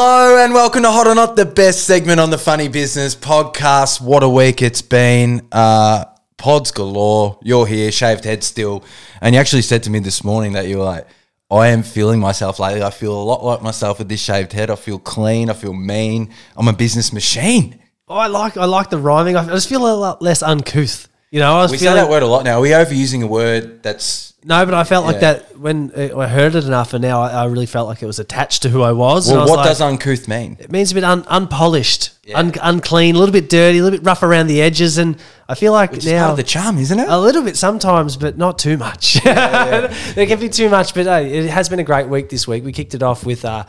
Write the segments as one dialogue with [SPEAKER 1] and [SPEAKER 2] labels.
[SPEAKER 1] and welcome to Hot or Not, the best segment on the Funny Business podcast. What a week it's been. Uh, pods galore. You're here, shaved head still. And you actually said to me this morning that you were like, I am feeling myself lately. I feel a lot like myself with this shaved head. I feel clean. I feel mean. I'm a business machine.
[SPEAKER 2] Oh, I like I like the rhyming. I just feel a lot less uncouth. You know, I was
[SPEAKER 1] We say
[SPEAKER 2] feeling
[SPEAKER 1] that word a lot now. Are we overusing a word that's.
[SPEAKER 2] no, but I felt
[SPEAKER 1] Yeah.
[SPEAKER 2] like that when uh, I heard it enough, and now I, I really felt like it was attached to who I was. and I
[SPEAKER 1] Well,
[SPEAKER 2] was
[SPEAKER 1] what
[SPEAKER 2] like,
[SPEAKER 1] does uncouth mean?
[SPEAKER 2] it means a bit un, unpolished, un, unclean, a little bit dirty, a little bit rough around the edges, and I feel like
[SPEAKER 1] It's part
[SPEAKER 2] now
[SPEAKER 1] of the charm, isn't it?
[SPEAKER 2] a little bit sometimes, but not too much. there can be too much, but hey, it has been a great week this week. We kicked it off with uh,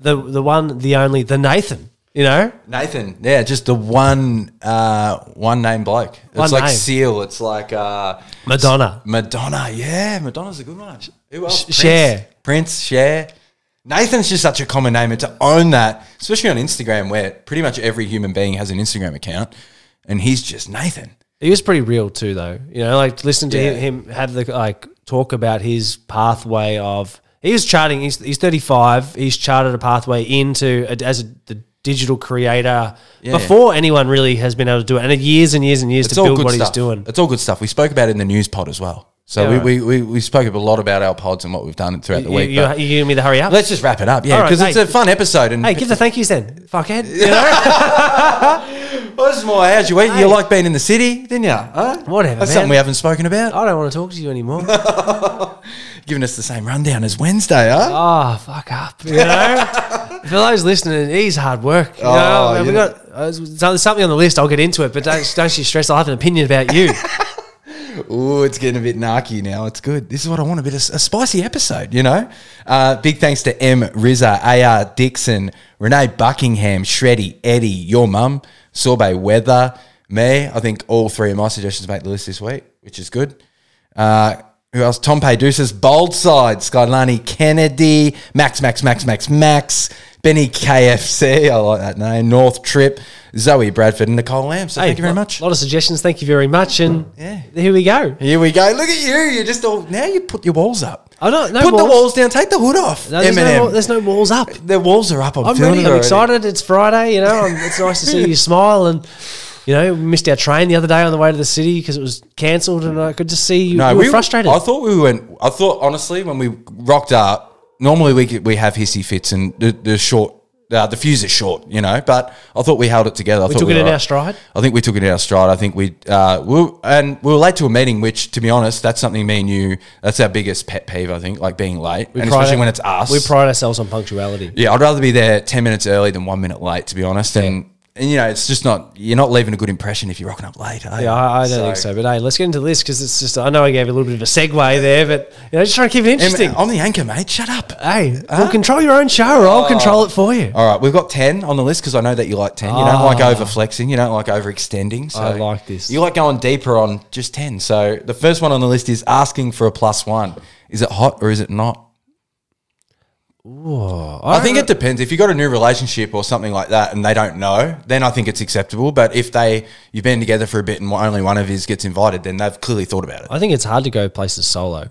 [SPEAKER 2] the the one, the only, the Nathan. You know,
[SPEAKER 1] Nathan, yeah, just the one uh, one name bloke. It's
[SPEAKER 2] One
[SPEAKER 1] like
[SPEAKER 2] name.
[SPEAKER 1] Seal. It's like uh,
[SPEAKER 2] Madonna.
[SPEAKER 1] Madonna. Yeah, Madonna's a good one. Who else? Prince.
[SPEAKER 2] Cher.
[SPEAKER 1] Prince, Cher. Nathan's just such a common name, and to own that, especially on Instagram, where pretty much every human being has an Instagram account, and he's just Nathan.
[SPEAKER 2] He was pretty real too, though. You know, like listen to
[SPEAKER 1] Yeah.
[SPEAKER 2] him, him have the like talk about his pathway of. He was charting. He's he's thirty five. He's charted a pathway into a, as a the digital creator before anyone really has been able to do it, and it years and years and years to build what
[SPEAKER 1] stuff.
[SPEAKER 2] he's doing.
[SPEAKER 1] It's all good stuff. We spoke about it in the news pod as well. So
[SPEAKER 2] Yeah,
[SPEAKER 1] we,
[SPEAKER 2] right.
[SPEAKER 1] we, we, we spoke a lot about our pods and what we've done throughout the
[SPEAKER 2] You,
[SPEAKER 1] week.
[SPEAKER 2] you,
[SPEAKER 1] but
[SPEAKER 2] you giving me the hurry up?
[SPEAKER 1] let's just wrap it up, yeah,
[SPEAKER 2] All right,
[SPEAKER 1] because it's
[SPEAKER 2] hey.
[SPEAKER 1] a fun episode. And
[SPEAKER 2] hey, give the thank yous then, fuckhead. You know?
[SPEAKER 1] Well, Oh, this is more how'd you eat? You like being in the city, didn't you? Huh?
[SPEAKER 2] Whatever,
[SPEAKER 1] That's
[SPEAKER 2] man.
[SPEAKER 1] something we haven't spoken about.
[SPEAKER 2] I don't want to talk to you anymore.
[SPEAKER 1] Giving us the same rundown as Wednesday, huh?
[SPEAKER 2] oh, fuck up. You know? For those listening, it is hard work. You know?
[SPEAKER 1] Oh,
[SPEAKER 2] And we
[SPEAKER 1] yeah.
[SPEAKER 2] got uh, so there's something on the list. I'll get into it, but don't, don't you stress. I'll have an opinion about you.
[SPEAKER 1] Ooh, it's getting a bit narky now. It's good. This is what I want a bit of a spicy episode, you know? Uh, big thanks to M. Rizza, AR Dixon, Renee Buckingham, Shreddy, Eddie, your mum, Sorbet Weather, me. I think all three of my suggestions make the list this week, which is good. Uh, who else? Tom Deuces, Bold Side, Skylani Kennedy, Max, Max, Max, Max, Max, Benny KFC, I like that name, North Trip, Zoe Bradford, and Nicole Lamb. So thank you very much.
[SPEAKER 2] A lot of suggestions. Thank you very much. And
[SPEAKER 1] Yeah.
[SPEAKER 2] here we go.
[SPEAKER 1] Here we go. Look at you. You're just all now. You put your walls up.
[SPEAKER 2] I don't- Uh, no
[SPEAKER 1] put the
[SPEAKER 2] walls.
[SPEAKER 1] walls down. Take the hood off.
[SPEAKER 2] No, there's, no,
[SPEAKER 1] Eminem.
[SPEAKER 2] wa- there's no walls up.
[SPEAKER 1] the walls are up. I'm,
[SPEAKER 2] I'm
[SPEAKER 1] feeling
[SPEAKER 2] ready.
[SPEAKER 1] it
[SPEAKER 2] I'm
[SPEAKER 1] already.
[SPEAKER 2] excited. It's Friday. You know, and it's nice to see you smile. And you know, we missed our train the other day on the way to the city because it was cancelled, and I could just see you.
[SPEAKER 1] No,
[SPEAKER 2] you were frustrated.
[SPEAKER 1] I thought we went. I thought honestly when we rocked up. Normally we get- we have hissy fits and the, the short. Uh, the fuse is short, you know, but I thought we held it together. I
[SPEAKER 2] we
[SPEAKER 1] thought
[SPEAKER 2] took it
[SPEAKER 1] were
[SPEAKER 2] in
[SPEAKER 1] all
[SPEAKER 2] our
[SPEAKER 1] right.
[SPEAKER 2] stride.
[SPEAKER 1] I think we took it in our stride. I think we, uh, we were, and we were late to a meeting, which, to be honest, that's something me and you. That's our biggest pet peeve. I think, like being late, and
[SPEAKER 2] pride-
[SPEAKER 1] especially when it's us.
[SPEAKER 2] We pride ourselves on punctuality.
[SPEAKER 1] Yeah, I'd rather be there ten minutes early than one minute late, to be honest. And and you know, it's just not you're not leaving a good impression if you're rocking up late. eh?
[SPEAKER 2] Yeah, I, I don't think so. But hey, let's get into this because it's just, I know I gave you a little bit of a segue there, but you know, just trying to keep it
[SPEAKER 1] Em-
[SPEAKER 2] interesting.
[SPEAKER 1] I'm the anchor, mate. Shut up.
[SPEAKER 2] hey, well, control your own show or
[SPEAKER 1] Oh.
[SPEAKER 2] I'll control it for you.
[SPEAKER 1] All right, we've got ten on the list because I know that you like ten. You don't like overflexing. You don't like overextending. So
[SPEAKER 2] Ah. I like this.
[SPEAKER 1] You like going deeper on just ten. So the first one on the list is asking for a plus one. Is it hot or is it not? I think it depends. If you got a new relationship or something like that, and they don't know, then I think it's acceptable. But if they you've been together for a bit and only one of his gets invited, then they've clearly thought about it.
[SPEAKER 2] I think it's hard to go places solo.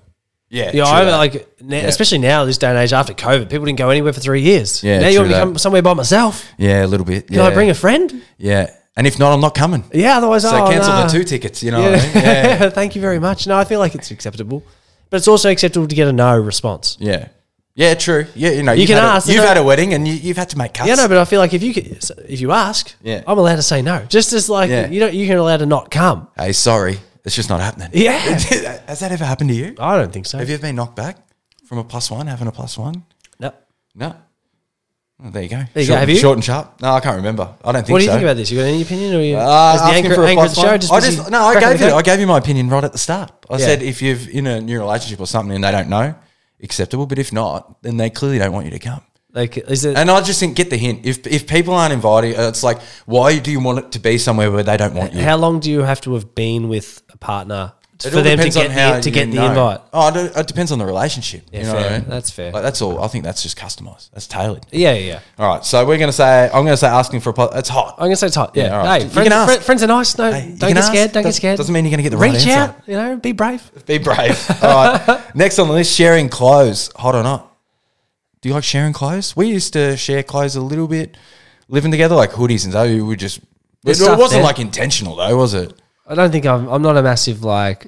[SPEAKER 1] Yeah, true
[SPEAKER 2] Yeah, I
[SPEAKER 1] that.
[SPEAKER 2] like now, especially now this day and age after COVID, people didn't go anywhere for three years.
[SPEAKER 1] Yeah,
[SPEAKER 2] now you
[SPEAKER 1] true
[SPEAKER 2] want me to
[SPEAKER 1] that.
[SPEAKER 2] come somewhere by myself?
[SPEAKER 1] yeah, a little bit.
[SPEAKER 2] Can I bring a friend?
[SPEAKER 1] Yeah, and if not, I'm not coming.
[SPEAKER 2] Yeah, otherwise
[SPEAKER 1] So
[SPEAKER 2] oh,
[SPEAKER 1] cancel
[SPEAKER 2] nah.
[SPEAKER 1] the two tickets. You know
[SPEAKER 2] Yeah.
[SPEAKER 1] what I mean? Yeah,
[SPEAKER 2] Thank you very much. No, I feel like it's acceptable, but it's also acceptable to get a no response.
[SPEAKER 1] yeah, yeah. True. Yeah, you know, you
[SPEAKER 2] can
[SPEAKER 1] had
[SPEAKER 2] ask,
[SPEAKER 1] A, you've
[SPEAKER 2] you know-
[SPEAKER 1] had a wedding and you, you've had to make cuts.
[SPEAKER 2] Yeah, no, but I feel like if you could, if you ask,
[SPEAKER 1] Yeah.
[SPEAKER 2] I'm allowed to say no. Just as like
[SPEAKER 1] Yeah.
[SPEAKER 2] you know, you can allowed to not come.
[SPEAKER 1] hey, sorry, it's just not happening.
[SPEAKER 2] Yeah.
[SPEAKER 1] has that ever happened to you?
[SPEAKER 2] I don't think so.
[SPEAKER 1] Have you ever been knocked back from a plus one having a plus one?
[SPEAKER 2] no.
[SPEAKER 1] No. Well, there you go.
[SPEAKER 2] There you go.
[SPEAKER 1] short,
[SPEAKER 2] Have you?
[SPEAKER 1] Short and sharp. No, I can't remember. I don't think
[SPEAKER 2] What do you
[SPEAKER 1] so.
[SPEAKER 2] think about this? You got any opinion, or you
[SPEAKER 1] Uh,
[SPEAKER 2] as the
[SPEAKER 1] asking
[SPEAKER 2] anchor,
[SPEAKER 1] for a
[SPEAKER 2] anchor of the
[SPEAKER 1] plus
[SPEAKER 2] show?
[SPEAKER 1] one?
[SPEAKER 2] Just
[SPEAKER 1] I
[SPEAKER 2] busy
[SPEAKER 1] just no. I
[SPEAKER 2] cracking
[SPEAKER 1] gave
[SPEAKER 2] the
[SPEAKER 1] you.
[SPEAKER 2] code?
[SPEAKER 1] I gave you my opinion right at the start. I
[SPEAKER 2] Yeah.
[SPEAKER 1] said if you've in a new relationship or something and they don't know, acceptable. But if not, then they clearly don't want you to come.
[SPEAKER 2] like, is it?
[SPEAKER 1] And I just think get the hint. If if people aren't invited, uh, it's like why do you want it to be somewhere where they don't want you?
[SPEAKER 2] How long do you have to have been with a partner
[SPEAKER 1] It
[SPEAKER 2] for
[SPEAKER 1] all
[SPEAKER 2] them to
[SPEAKER 1] depends on
[SPEAKER 2] get
[SPEAKER 1] how
[SPEAKER 2] the, to
[SPEAKER 1] you
[SPEAKER 2] get the
[SPEAKER 1] know.
[SPEAKER 2] invite?
[SPEAKER 1] Oh, I don't- it depends on the relationship. you know what I
[SPEAKER 2] fair.
[SPEAKER 1] mean?
[SPEAKER 2] That's fair.
[SPEAKER 1] Like, that's all. I think that's just customized. That's tailored.
[SPEAKER 2] Yeah, yeah. yeah.
[SPEAKER 1] All right. So we're gonna say I'm gonna say asking for a. pos- It's hot.
[SPEAKER 2] I'm gonna say tight. Yeah.
[SPEAKER 1] Yeah, all right.
[SPEAKER 2] Hey,
[SPEAKER 1] You
[SPEAKER 2] friends,
[SPEAKER 1] can ask.
[SPEAKER 2] fri- friends are nice. No,
[SPEAKER 1] you
[SPEAKER 2] don't
[SPEAKER 1] can
[SPEAKER 2] get
[SPEAKER 1] ask.
[SPEAKER 2] scared. Don't get
[SPEAKER 1] Does-
[SPEAKER 2] scared.
[SPEAKER 1] doesn't mean you're gonna get the right
[SPEAKER 2] reach
[SPEAKER 1] answer.
[SPEAKER 2] out. You know, be brave.
[SPEAKER 1] Be brave. All right. Next on the list, sharing clothes. Hot or not? Do you like sharing clothes? We used to share clothes a little bit, living together, like hoodies and stuff. We would just.
[SPEAKER 2] There's
[SPEAKER 1] it
[SPEAKER 2] stuff
[SPEAKER 1] wasn't
[SPEAKER 2] there.
[SPEAKER 1] like intentional though, was it?
[SPEAKER 2] I don't think I'm. I'm not a massive like.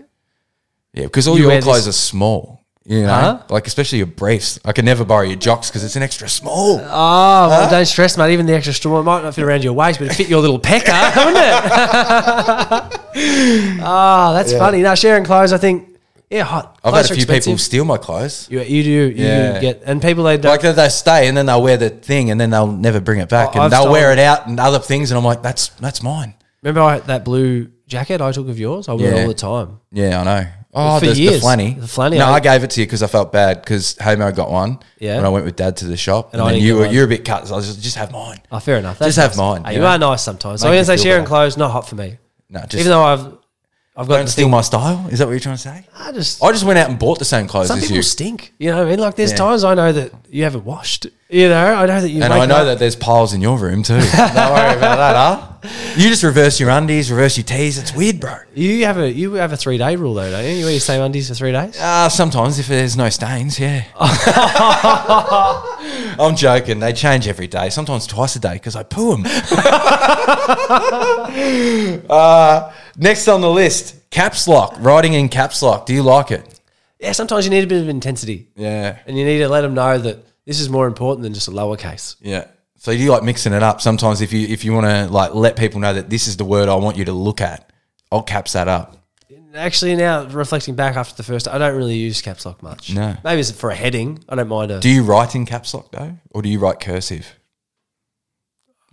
[SPEAKER 1] Yeah, because all
[SPEAKER 2] You
[SPEAKER 1] your
[SPEAKER 2] wear
[SPEAKER 1] clothes
[SPEAKER 2] this-
[SPEAKER 1] are
[SPEAKER 2] Uh-huh.
[SPEAKER 1] small. You know,
[SPEAKER 2] Huh?
[SPEAKER 1] like especially your briefs. I can never borrow your jocks because it's an extra small.
[SPEAKER 2] Oh, well, don't stress, mate. Even the extra straw might not fit around your waist, but it fit your little pecker, wouldn't it? oh, that's funny. Now sharing clothes, I think. Yeah, hot.
[SPEAKER 1] I've had
[SPEAKER 2] clothes
[SPEAKER 1] a
[SPEAKER 2] are
[SPEAKER 1] few people
[SPEAKER 2] expensive.
[SPEAKER 1] steal my clothes.
[SPEAKER 2] You, you do. You
[SPEAKER 1] Yeah.
[SPEAKER 2] get and people uh, they don't.
[SPEAKER 1] Like they, they stay and then they'll wear the thing and then they'll never bring it back
[SPEAKER 2] I-
[SPEAKER 1] and
[SPEAKER 2] Oh, I've
[SPEAKER 1] they'll wear it
[SPEAKER 2] stolen-
[SPEAKER 1] out and other things and I'm like, that's that's mine.
[SPEAKER 2] remember I, that blue jacket I took of yours? I wear it
[SPEAKER 1] Yeah.
[SPEAKER 2] all the time.
[SPEAKER 1] Yeah, I know. Oh,
[SPEAKER 2] For
[SPEAKER 1] the, the
[SPEAKER 2] years.
[SPEAKER 1] flanny.
[SPEAKER 2] The flanny,
[SPEAKER 1] No,
[SPEAKER 2] I-
[SPEAKER 1] I, gave it to you because I felt bad because Homo got one.
[SPEAKER 2] Yeah.
[SPEAKER 1] And I went with Dad to the shop and,
[SPEAKER 2] I
[SPEAKER 1] then
[SPEAKER 2] didn't
[SPEAKER 1] you
[SPEAKER 2] get
[SPEAKER 1] were
[SPEAKER 2] one.
[SPEAKER 1] you were a bit cut. So I was just just have mine.
[SPEAKER 2] Oh, fair enough.
[SPEAKER 1] Just have mine,
[SPEAKER 2] Hey,
[SPEAKER 1] you
[SPEAKER 2] you
[SPEAKER 1] know?
[SPEAKER 2] are nice sometimes. So
[SPEAKER 1] Make
[SPEAKER 2] I'm gonna
[SPEAKER 1] you
[SPEAKER 2] say
[SPEAKER 1] feel
[SPEAKER 2] sharing
[SPEAKER 1] better.
[SPEAKER 2] clothes not hot for me.
[SPEAKER 1] No, just
[SPEAKER 2] Even though I've, I've got
[SPEAKER 1] don't
[SPEAKER 2] the
[SPEAKER 1] steal
[SPEAKER 2] thing-
[SPEAKER 1] my style. Is that what you're trying to say?
[SPEAKER 2] I just
[SPEAKER 1] I just went out and bought the same clothes
[SPEAKER 2] some
[SPEAKER 1] as
[SPEAKER 2] people
[SPEAKER 1] you.
[SPEAKER 2] stink. You know what I mean? Like there's
[SPEAKER 1] Yeah.
[SPEAKER 2] times I know that you haven't washed. You know, I know that you.
[SPEAKER 1] And
[SPEAKER 2] wake
[SPEAKER 1] I know
[SPEAKER 2] up-
[SPEAKER 1] that there's piles in your room too. Don't worry about that, huh? You just reverse your undies, reverse your tees. It's weird, bro.
[SPEAKER 2] you have a you have a three day rule though, don't you? You wear your same undies for three days.
[SPEAKER 1] Uh, sometimes if there's no stains, yeah. I'm joking. They change every day, sometimes twice a day because I poo them. uh, next on the list, caps lock. Writing in caps lock. Do you like it?
[SPEAKER 2] Yeah, sometimes you need a bit of intensity,
[SPEAKER 1] Yeah.
[SPEAKER 2] and you need to let them know that this is more important than just a lowercase.
[SPEAKER 1] Yeah. So you like mixing it up sometimes if you if you want to like let people know that this is the word I want you to look at. I'll caps that up.
[SPEAKER 2] Actually, now reflecting back after the first, I don't really use caps lock much.
[SPEAKER 1] No.
[SPEAKER 2] maybe it's for a heading. I don't mind a.
[SPEAKER 1] Do you write in caps lock though, or do you write cursive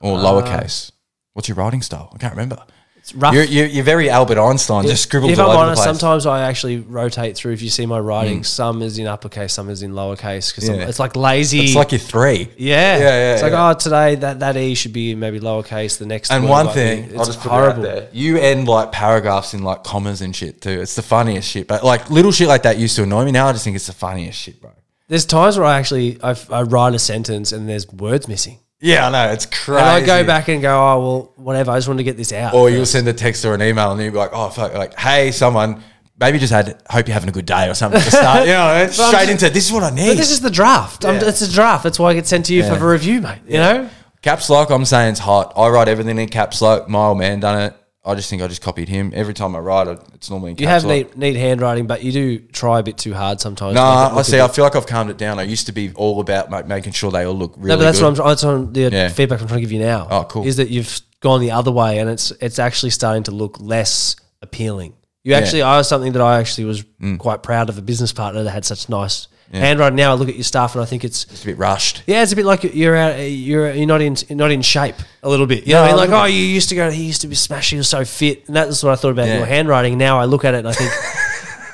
[SPEAKER 2] Uh,
[SPEAKER 1] or lowercase? What's your writing style? I can't remember.
[SPEAKER 2] it's rough.
[SPEAKER 1] You're, you're, you're very Albert Einstein, just scribbles
[SPEAKER 2] Ah. if
[SPEAKER 1] all
[SPEAKER 2] I'm
[SPEAKER 1] over
[SPEAKER 2] honest,
[SPEAKER 1] the place. Mm.
[SPEAKER 2] sometimes I actually rotate through. If you see my writing, some is in uppercase, some is in lowercase, because
[SPEAKER 1] Yeah.
[SPEAKER 2] it's like lazy.
[SPEAKER 1] it's like you're three.
[SPEAKER 2] yeah.
[SPEAKER 1] yeah,
[SPEAKER 2] It's
[SPEAKER 1] yeah.
[SPEAKER 2] like, oh, today that, that E should be maybe lowercase. The next
[SPEAKER 1] And
[SPEAKER 2] word
[SPEAKER 1] one
[SPEAKER 2] might be-
[SPEAKER 1] thing, I'll
[SPEAKER 2] it's
[SPEAKER 1] just put
[SPEAKER 2] horrible.
[SPEAKER 1] it out there. You end like paragraphs in like commas and shit too. It's the funniest shit. But like little shit like that used to annoy me. Now I just think it's the funniest shit, bro.
[SPEAKER 2] There's times where I actually i I write a sentence and there's words missing,
[SPEAKER 1] Yeah, I know. It's crazy.
[SPEAKER 2] and I go back and go, oh well, whatever. I just want to get this out.
[SPEAKER 1] Or you'll send a text or an email and you'll be like, oh, fuck. Like, hey, someone, maybe just had, hope you're having a good day or something to start. you know, it's
[SPEAKER 2] But I'm
[SPEAKER 1] straight
[SPEAKER 2] just-
[SPEAKER 1] into this is what I need.
[SPEAKER 2] but this is the draft. I'm,
[SPEAKER 1] Yeah.
[SPEAKER 2] it's a draft. That's why I get sent to you
[SPEAKER 1] Yeah.
[SPEAKER 2] for a review, mate. You know.
[SPEAKER 1] Caps lock, I'm saying it's hot. I write everything in caps lock. My old man done it. I just think I just copied him. Every time I write it, it's normally in caps
[SPEAKER 2] You have
[SPEAKER 1] lock.
[SPEAKER 2] neat, neat handwriting, but you do try a bit too hard sometimes.
[SPEAKER 1] no,
[SPEAKER 2] to make it
[SPEAKER 1] I
[SPEAKER 2] look a
[SPEAKER 1] see.
[SPEAKER 2] bit-
[SPEAKER 1] I feel like I've calmed it down. I used to be all about like, making sure they all look really
[SPEAKER 2] No, but that's
[SPEAKER 1] good.
[SPEAKER 2] what I'm. tr- That's on the
[SPEAKER 1] Yeah.
[SPEAKER 2] feedback I'm trying to give you now.
[SPEAKER 1] Oh, cool.
[SPEAKER 2] Is that you've gone the other way, and it's it's actually starting to look less appealing. You actually are something that I actually was
[SPEAKER 1] Mm.
[SPEAKER 2] quite proud of a business partner that had such nice handwriting. Now I look at your stuff and I think it's
[SPEAKER 1] It's a bit rushed.
[SPEAKER 2] yeah, it's a bit like you're out, you're you're not in you're not in shape a little bit. You know,
[SPEAKER 1] No,
[SPEAKER 2] what I
[SPEAKER 1] a
[SPEAKER 2] mean?
[SPEAKER 1] little
[SPEAKER 2] like oh, you used to go, he used to be smashing, he was so fit, and that's what I thought about
[SPEAKER 1] Yeah.
[SPEAKER 2] your handwriting. Now I look at it and I think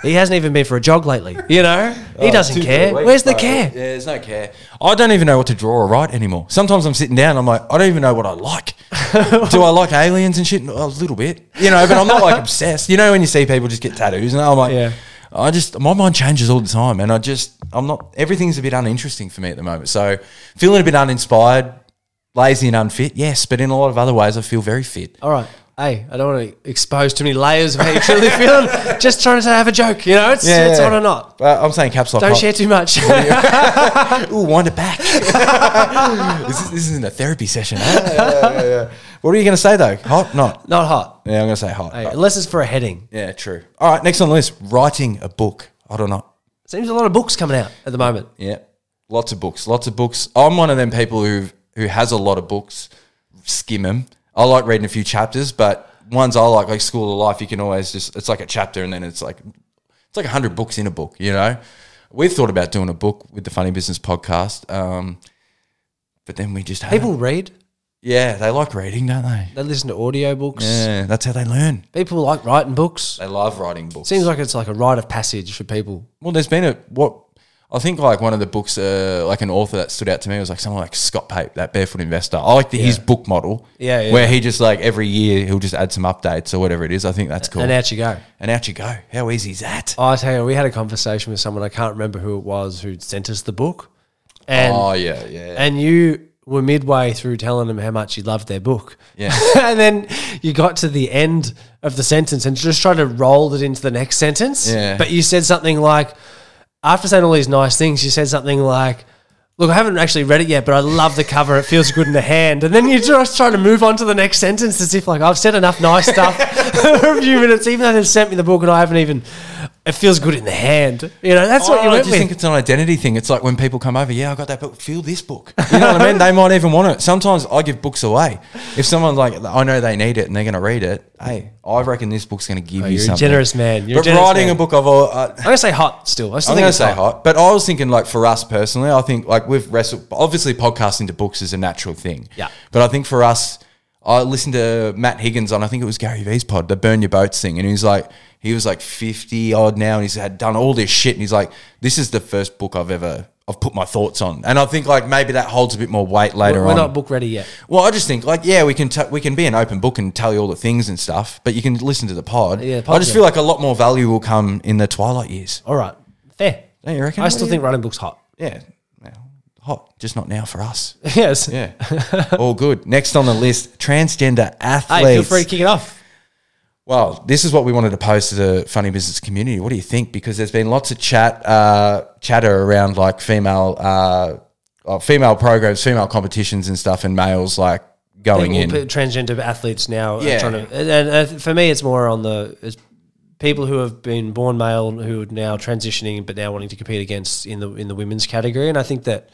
[SPEAKER 2] he hasn't even been for a jog lately. You know, he
[SPEAKER 1] Oh,
[SPEAKER 2] doesn't care. Where's the care?
[SPEAKER 1] Uh, Yeah, there's no care. I don't even know what to draw or write anymore. Sometimes I'm sitting down, I'm like, I don't even know what I like. Do I like aliens and shit? A little bit, you know, but I'm not like obsessed. You know, when you see people just get tattoos, and I'm like,
[SPEAKER 2] Yeah.
[SPEAKER 1] I just my mind changes all the time, and I just I'm not everything's a bit uninteresting for me at the moment. So feeling a bit uninspired, lazy and unfit, yes, but in a lot of other ways, I feel very fit.
[SPEAKER 2] All right. Hey, I don't want to expose too many layers of how you truly feel. Just trying to have a joke, you know? It's, it's on or not.
[SPEAKER 1] But I'm saying caps lock.
[SPEAKER 2] Don't
[SPEAKER 1] hot.
[SPEAKER 2] share too much.
[SPEAKER 1] Ooh, wind it back. this, is, this isn't a therapy session. huh? What are you going to say though? Hot? Not?
[SPEAKER 2] not hot.
[SPEAKER 1] Yeah, I'm going to say hot.
[SPEAKER 2] Hey, unless it's for a heading.
[SPEAKER 1] Yeah, true. All right, next on the list, writing a book. Hot or not?
[SPEAKER 2] Seems a lot of books coming out at the moment.
[SPEAKER 1] Yeah, lots of books, lots of books. I'm one of them people who who has a lot of books. Skim them. I like reading a few chapters, but ones I like, like School of Life, you can always just it's like a chapter, and then it's like it's like hundred books in a book. You know, we've thought about doing a book with the Funny Business podcast, um, but then we just haven't.
[SPEAKER 2] People read,
[SPEAKER 1] Yeah, they like reading, don't they?
[SPEAKER 2] they listen to audiobooks.
[SPEAKER 1] Yeah, that's how they learn.
[SPEAKER 2] People like writing books.
[SPEAKER 1] They love writing books.
[SPEAKER 2] Seems like it's like a rite of passage for people.
[SPEAKER 1] well, there's been a what I think like one of the books, uh, like an author that stood out to me was like someone like Scott Pape, that barefoot investor. I like the, his book model,
[SPEAKER 2] Yeah, yeah.
[SPEAKER 1] where he just like every year he'll just add some updates or whatever it is. I think that's cool.
[SPEAKER 2] And out you go.
[SPEAKER 1] And out Oh, you go. How easy is that?
[SPEAKER 2] I tell you, we had a conversation with someone, I can't remember who it was, who sent us the book. And
[SPEAKER 1] oh yeah, yeah,
[SPEAKER 2] and you were midway through telling them how much you loved their book.
[SPEAKER 1] Yeah.
[SPEAKER 2] and then you got to the end of the sentence and just tried to roll it into the next sentence.
[SPEAKER 1] Yeah.
[SPEAKER 2] But you said something like, after saying all these nice things, you said something like, Look, I haven't actually read it yet, but I love the cover. It feels good in the hand. And then you're just trying to move on to the next sentence as if, like, I've said enough nice stuff for a few minutes, even though they've sent me the book and I haven't even. It feels good in the hand. You know, that's what you
[SPEAKER 1] Oh, I
[SPEAKER 2] went
[SPEAKER 1] just
[SPEAKER 2] with.
[SPEAKER 1] think it's an identity thing. It's like when people come over, yeah, I got that book. Feel this book. You know what I mean? They might even want it. Sometimes I give books away. If someone's like, I know they need it and they're going to read it. Hey, I reckon this book's going to give you
[SPEAKER 2] Oh, you're a
[SPEAKER 1] something.
[SPEAKER 2] generous man. You're a
[SPEAKER 1] but
[SPEAKER 2] generous
[SPEAKER 1] writing
[SPEAKER 2] man.
[SPEAKER 1] a book of all. Uh,
[SPEAKER 2] I'm going to say hot still. I still
[SPEAKER 1] I'm
[SPEAKER 2] think
[SPEAKER 1] going to
[SPEAKER 2] it's
[SPEAKER 1] say hot. but I was thinking like for us personally, I think like we've wrestled. Obviously, podcasting to books is a natural thing.
[SPEAKER 2] Yeah.
[SPEAKER 1] but I think for us, I listened to Matt Higgins on I think it was Gary Vee's pod, the Burn Your Boats thing, and he was like, he was like fifty odd now, and he's had done all this shit, and he's like, this is the first book I've ever I've put my thoughts on, and I think like maybe that holds a bit more weight later
[SPEAKER 2] We're
[SPEAKER 1] on.
[SPEAKER 2] not book ready yet.
[SPEAKER 1] well, I just think like yeah, we can t- we can be an open book and tell you all the things and stuff, but you can listen to the pod.
[SPEAKER 2] Yeah, the
[SPEAKER 1] I
[SPEAKER 2] pod,
[SPEAKER 1] just
[SPEAKER 2] yeah.
[SPEAKER 1] feel like a lot more value will come in the twilight years.
[SPEAKER 2] All right. Fair.
[SPEAKER 1] Don't you reckon?
[SPEAKER 2] I
[SPEAKER 1] What
[SPEAKER 2] still
[SPEAKER 1] do you-
[SPEAKER 2] think running books hot.
[SPEAKER 1] yeah, yeah, hot, just not now for us.
[SPEAKER 2] yes.
[SPEAKER 1] Yeah, all good. Next on the list, transgender athletes.
[SPEAKER 2] Hey, feel free to kick it off.
[SPEAKER 1] Well, this is what we wanted to post to the funny business community. What do you think? Because there's been lots of chat, uh, chatter around like female, uh, uh, female programs, female competitions and stuff, and males like going
[SPEAKER 2] Well,
[SPEAKER 1] in.
[SPEAKER 2] p- Transgender athletes now are
[SPEAKER 1] Yeah.
[SPEAKER 2] trying to, and, and, uh, for me, it's more on the it's people who have been born male who are now transitioning, but now wanting to compete against in the in the women's category. And I think that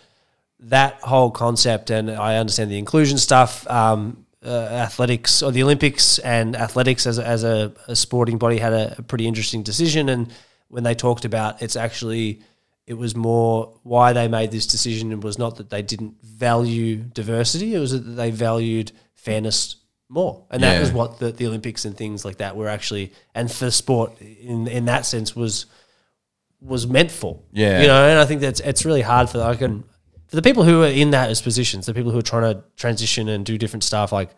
[SPEAKER 2] that whole concept, and I understand the inclusion stuff, um, uh, athletics or the Olympics and athletics as a, as a, a sporting body had a, a pretty interesting decision. And when they talked about it's actually it was more why they made this decision and was not that they didn't value diversity. It was that they valued fairness more, and that
[SPEAKER 1] Yeah.
[SPEAKER 2] was what the, the Olympics and things like that were actually, and for sport in in that sense was was meant for.
[SPEAKER 1] Yeah.
[SPEAKER 2] You know, and I think that's it's really hard for I can for the people who are in that as positions, the people who are trying to transition and do different stuff, like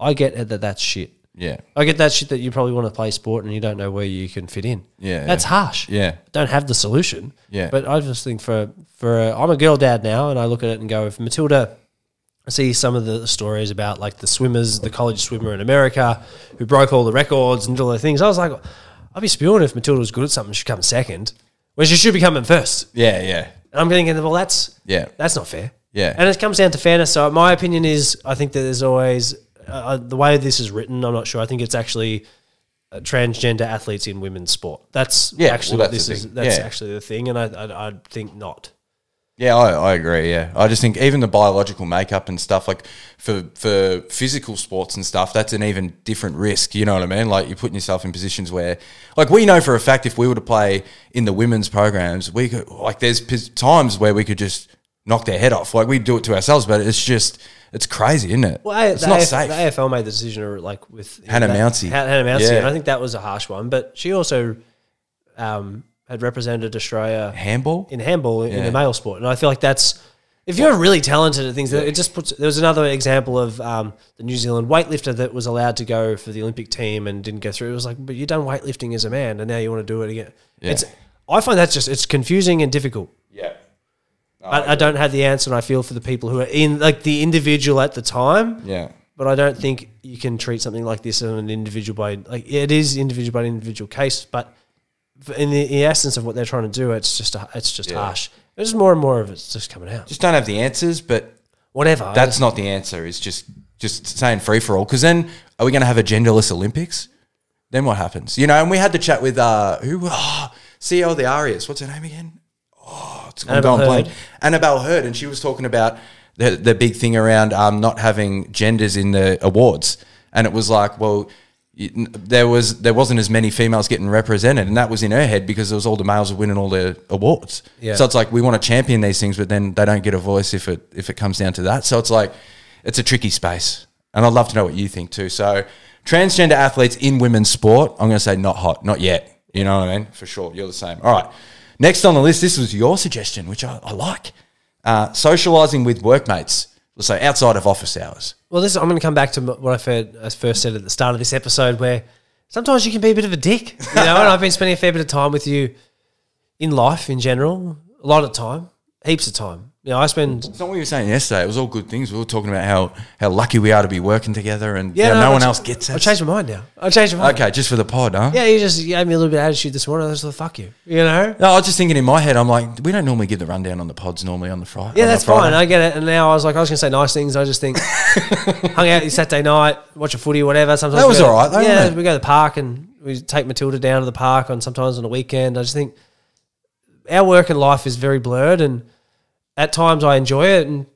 [SPEAKER 2] I get it that that's shit.
[SPEAKER 1] yeah,
[SPEAKER 2] I get that shit that you probably want to play sport and you don't know where you can fit in.
[SPEAKER 1] Yeah,
[SPEAKER 2] That's
[SPEAKER 1] yeah.
[SPEAKER 2] harsh.
[SPEAKER 1] Yeah.
[SPEAKER 2] Don't have the solution.
[SPEAKER 1] Yeah.
[SPEAKER 2] But I just think for for i I'm a girl dad now and I look at it and go if Matilda I see some of the stories about like the swimmers, the college swimmer in America who broke all the records and did all the things. I was like, I'd be spewing if Matilda was good at something, she'd come second. When she should be coming first.
[SPEAKER 1] yeah, yeah,
[SPEAKER 2] And I'm getting well, that's
[SPEAKER 1] Yeah.
[SPEAKER 2] that's not fair.
[SPEAKER 1] Yeah.
[SPEAKER 2] and it comes down to fairness. So my opinion is, I think that there's always uh, uh, the way this is written. I'm not sure. I think it's actually uh, transgender athletes in women's sport. That's
[SPEAKER 1] Yeah,
[SPEAKER 2] actually
[SPEAKER 1] well,
[SPEAKER 2] what
[SPEAKER 1] that's
[SPEAKER 2] this
[SPEAKER 1] the
[SPEAKER 2] is.
[SPEAKER 1] thing.
[SPEAKER 2] That's
[SPEAKER 1] Yeah.
[SPEAKER 2] actually the thing, and I, I I think not.
[SPEAKER 1] Yeah, I, I agree. Yeah, I just think even the biological makeup and stuff, like for for physical sports and stuff, that's an even different risk. You know what I mean? Like you're putting yourself in positions where, like we know for a fact, if we were to play in the women's programs, we could like there's pos- times where we could just knock their head off. Like we do it to ourselves, but it's just it's crazy, isn't it?
[SPEAKER 2] Well, I-
[SPEAKER 1] it's
[SPEAKER 2] the
[SPEAKER 1] not
[SPEAKER 2] AF
[SPEAKER 1] safe.
[SPEAKER 2] The AFL made the decision, or like with
[SPEAKER 1] Hannah
[SPEAKER 2] that-
[SPEAKER 1] Mounsey.
[SPEAKER 2] Han- Hannah Mouncey,
[SPEAKER 1] Yeah.
[SPEAKER 2] and I think that was a harsh one. But she also um, had represented Australia
[SPEAKER 1] Handball.
[SPEAKER 2] in handball in
[SPEAKER 1] Yeah.
[SPEAKER 2] the male sport, and I feel like that's if you're really talented at things, it just puts. There was another example of um, the New Zealand weightlifter that was allowed to go for the Olympic team and didn't go through. It was like, but you've done weightlifting as a man, and now you want to do it again. It's I find that's just it's confusing and difficult.
[SPEAKER 1] yeah. No,
[SPEAKER 2] I, I don't have the answer, and I feel for the people who are in like the individual at the time
[SPEAKER 1] yeah.
[SPEAKER 2] but I don't think you can treat something like this on an individual by like it is individual by individual case, but in the, in essence of what they're trying to do, it's just a, it's just harsh. There's more and more of it's just coming out.
[SPEAKER 1] Just don't have the answers, but
[SPEAKER 2] Whatever.
[SPEAKER 1] that's not the answer. It's just just saying free for all. Because then, are we going to have a genderless Olympics? Then what happens? You know. And we had the chat with uh, who oh, CEO of the Arias. What's her name again? Oh, it's I'm
[SPEAKER 2] Annabelle
[SPEAKER 1] going blank.
[SPEAKER 2] Heard.
[SPEAKER 1] Annabelle Heard, and she was talking about the the big thing around um, not having genders in the awards, and it was like, well. you- n- There was there wasn't as many females getting represented, and that was in her head because there was all the males winning all the awards.
[SPEAKER 2] Yeah.
[SPEAKER 1] So it's like we want to champion these things, but then they don't get a voice if it if it comes down to that. So it's like it's a tricky space, and I'd love to know what you think too. So transgender athletes in women's sport, I'm going to say not hot, not yet. You know what I mean? For sure, you're the same. All right. Next on the list, this was your suggestion, which I, I like. Uh, socializing with workmates, so outside of office hours.
[SPEAKER 2] well, this I'm going to come back to m- what I, fed, I first said at the start of this episode, where sometimes you can be a bit of a dick, you know. and I've been spending a fair bit of time with you in life in general, a lot of time, heaps of time. you know, I spend
[SPEAKER 1] It's not what you were saying yesterday. It was all good things. We were talking about how, how lucky we are to be working together and
[SPEAKER 2] yeah,
[SPEAKER 1] how no,
[SPEAKER 2] I
[SPEAKER 1] one
[SPEAKER 2] ch-
[SPEAKER 1] else gets
[SPEAKER 2] I
[SPEAKER 1] us.
[SPEAKER 2] changed my mind now. I changed my mind.
[SPEAKER 1] Okay, just for the pod, huh?
[SPEAKER 2] Yeah, you just gave me a little bit of attitude this morning. I was like, fuck you. You know?
[SPEAKER 1] No, I was just thinking in my head, I'm like, we don't normally give the rundown on the pods normally on the Friday.
[SPEAKER 2] Yeah, that's fine. I get it. And now I was like, I was going to say nice things. I just think, hung out Saturday night, watch a footy, whatever. Sometimes
[SPEAKER 1] That
[SPEAKER 2] we
[SPEAKER 1] was
[SPEAKER 2] go to-
[SPEAKER 1] all right though,
[SPEAKER 2] Yeah,
[SPEAKER 1] wasn't it?
[SPEAKER 2] we go to the park and we take Matilda down to the park on sometimes on the weekend. I just think our work and life is very blurred, and at times I enjoy it, and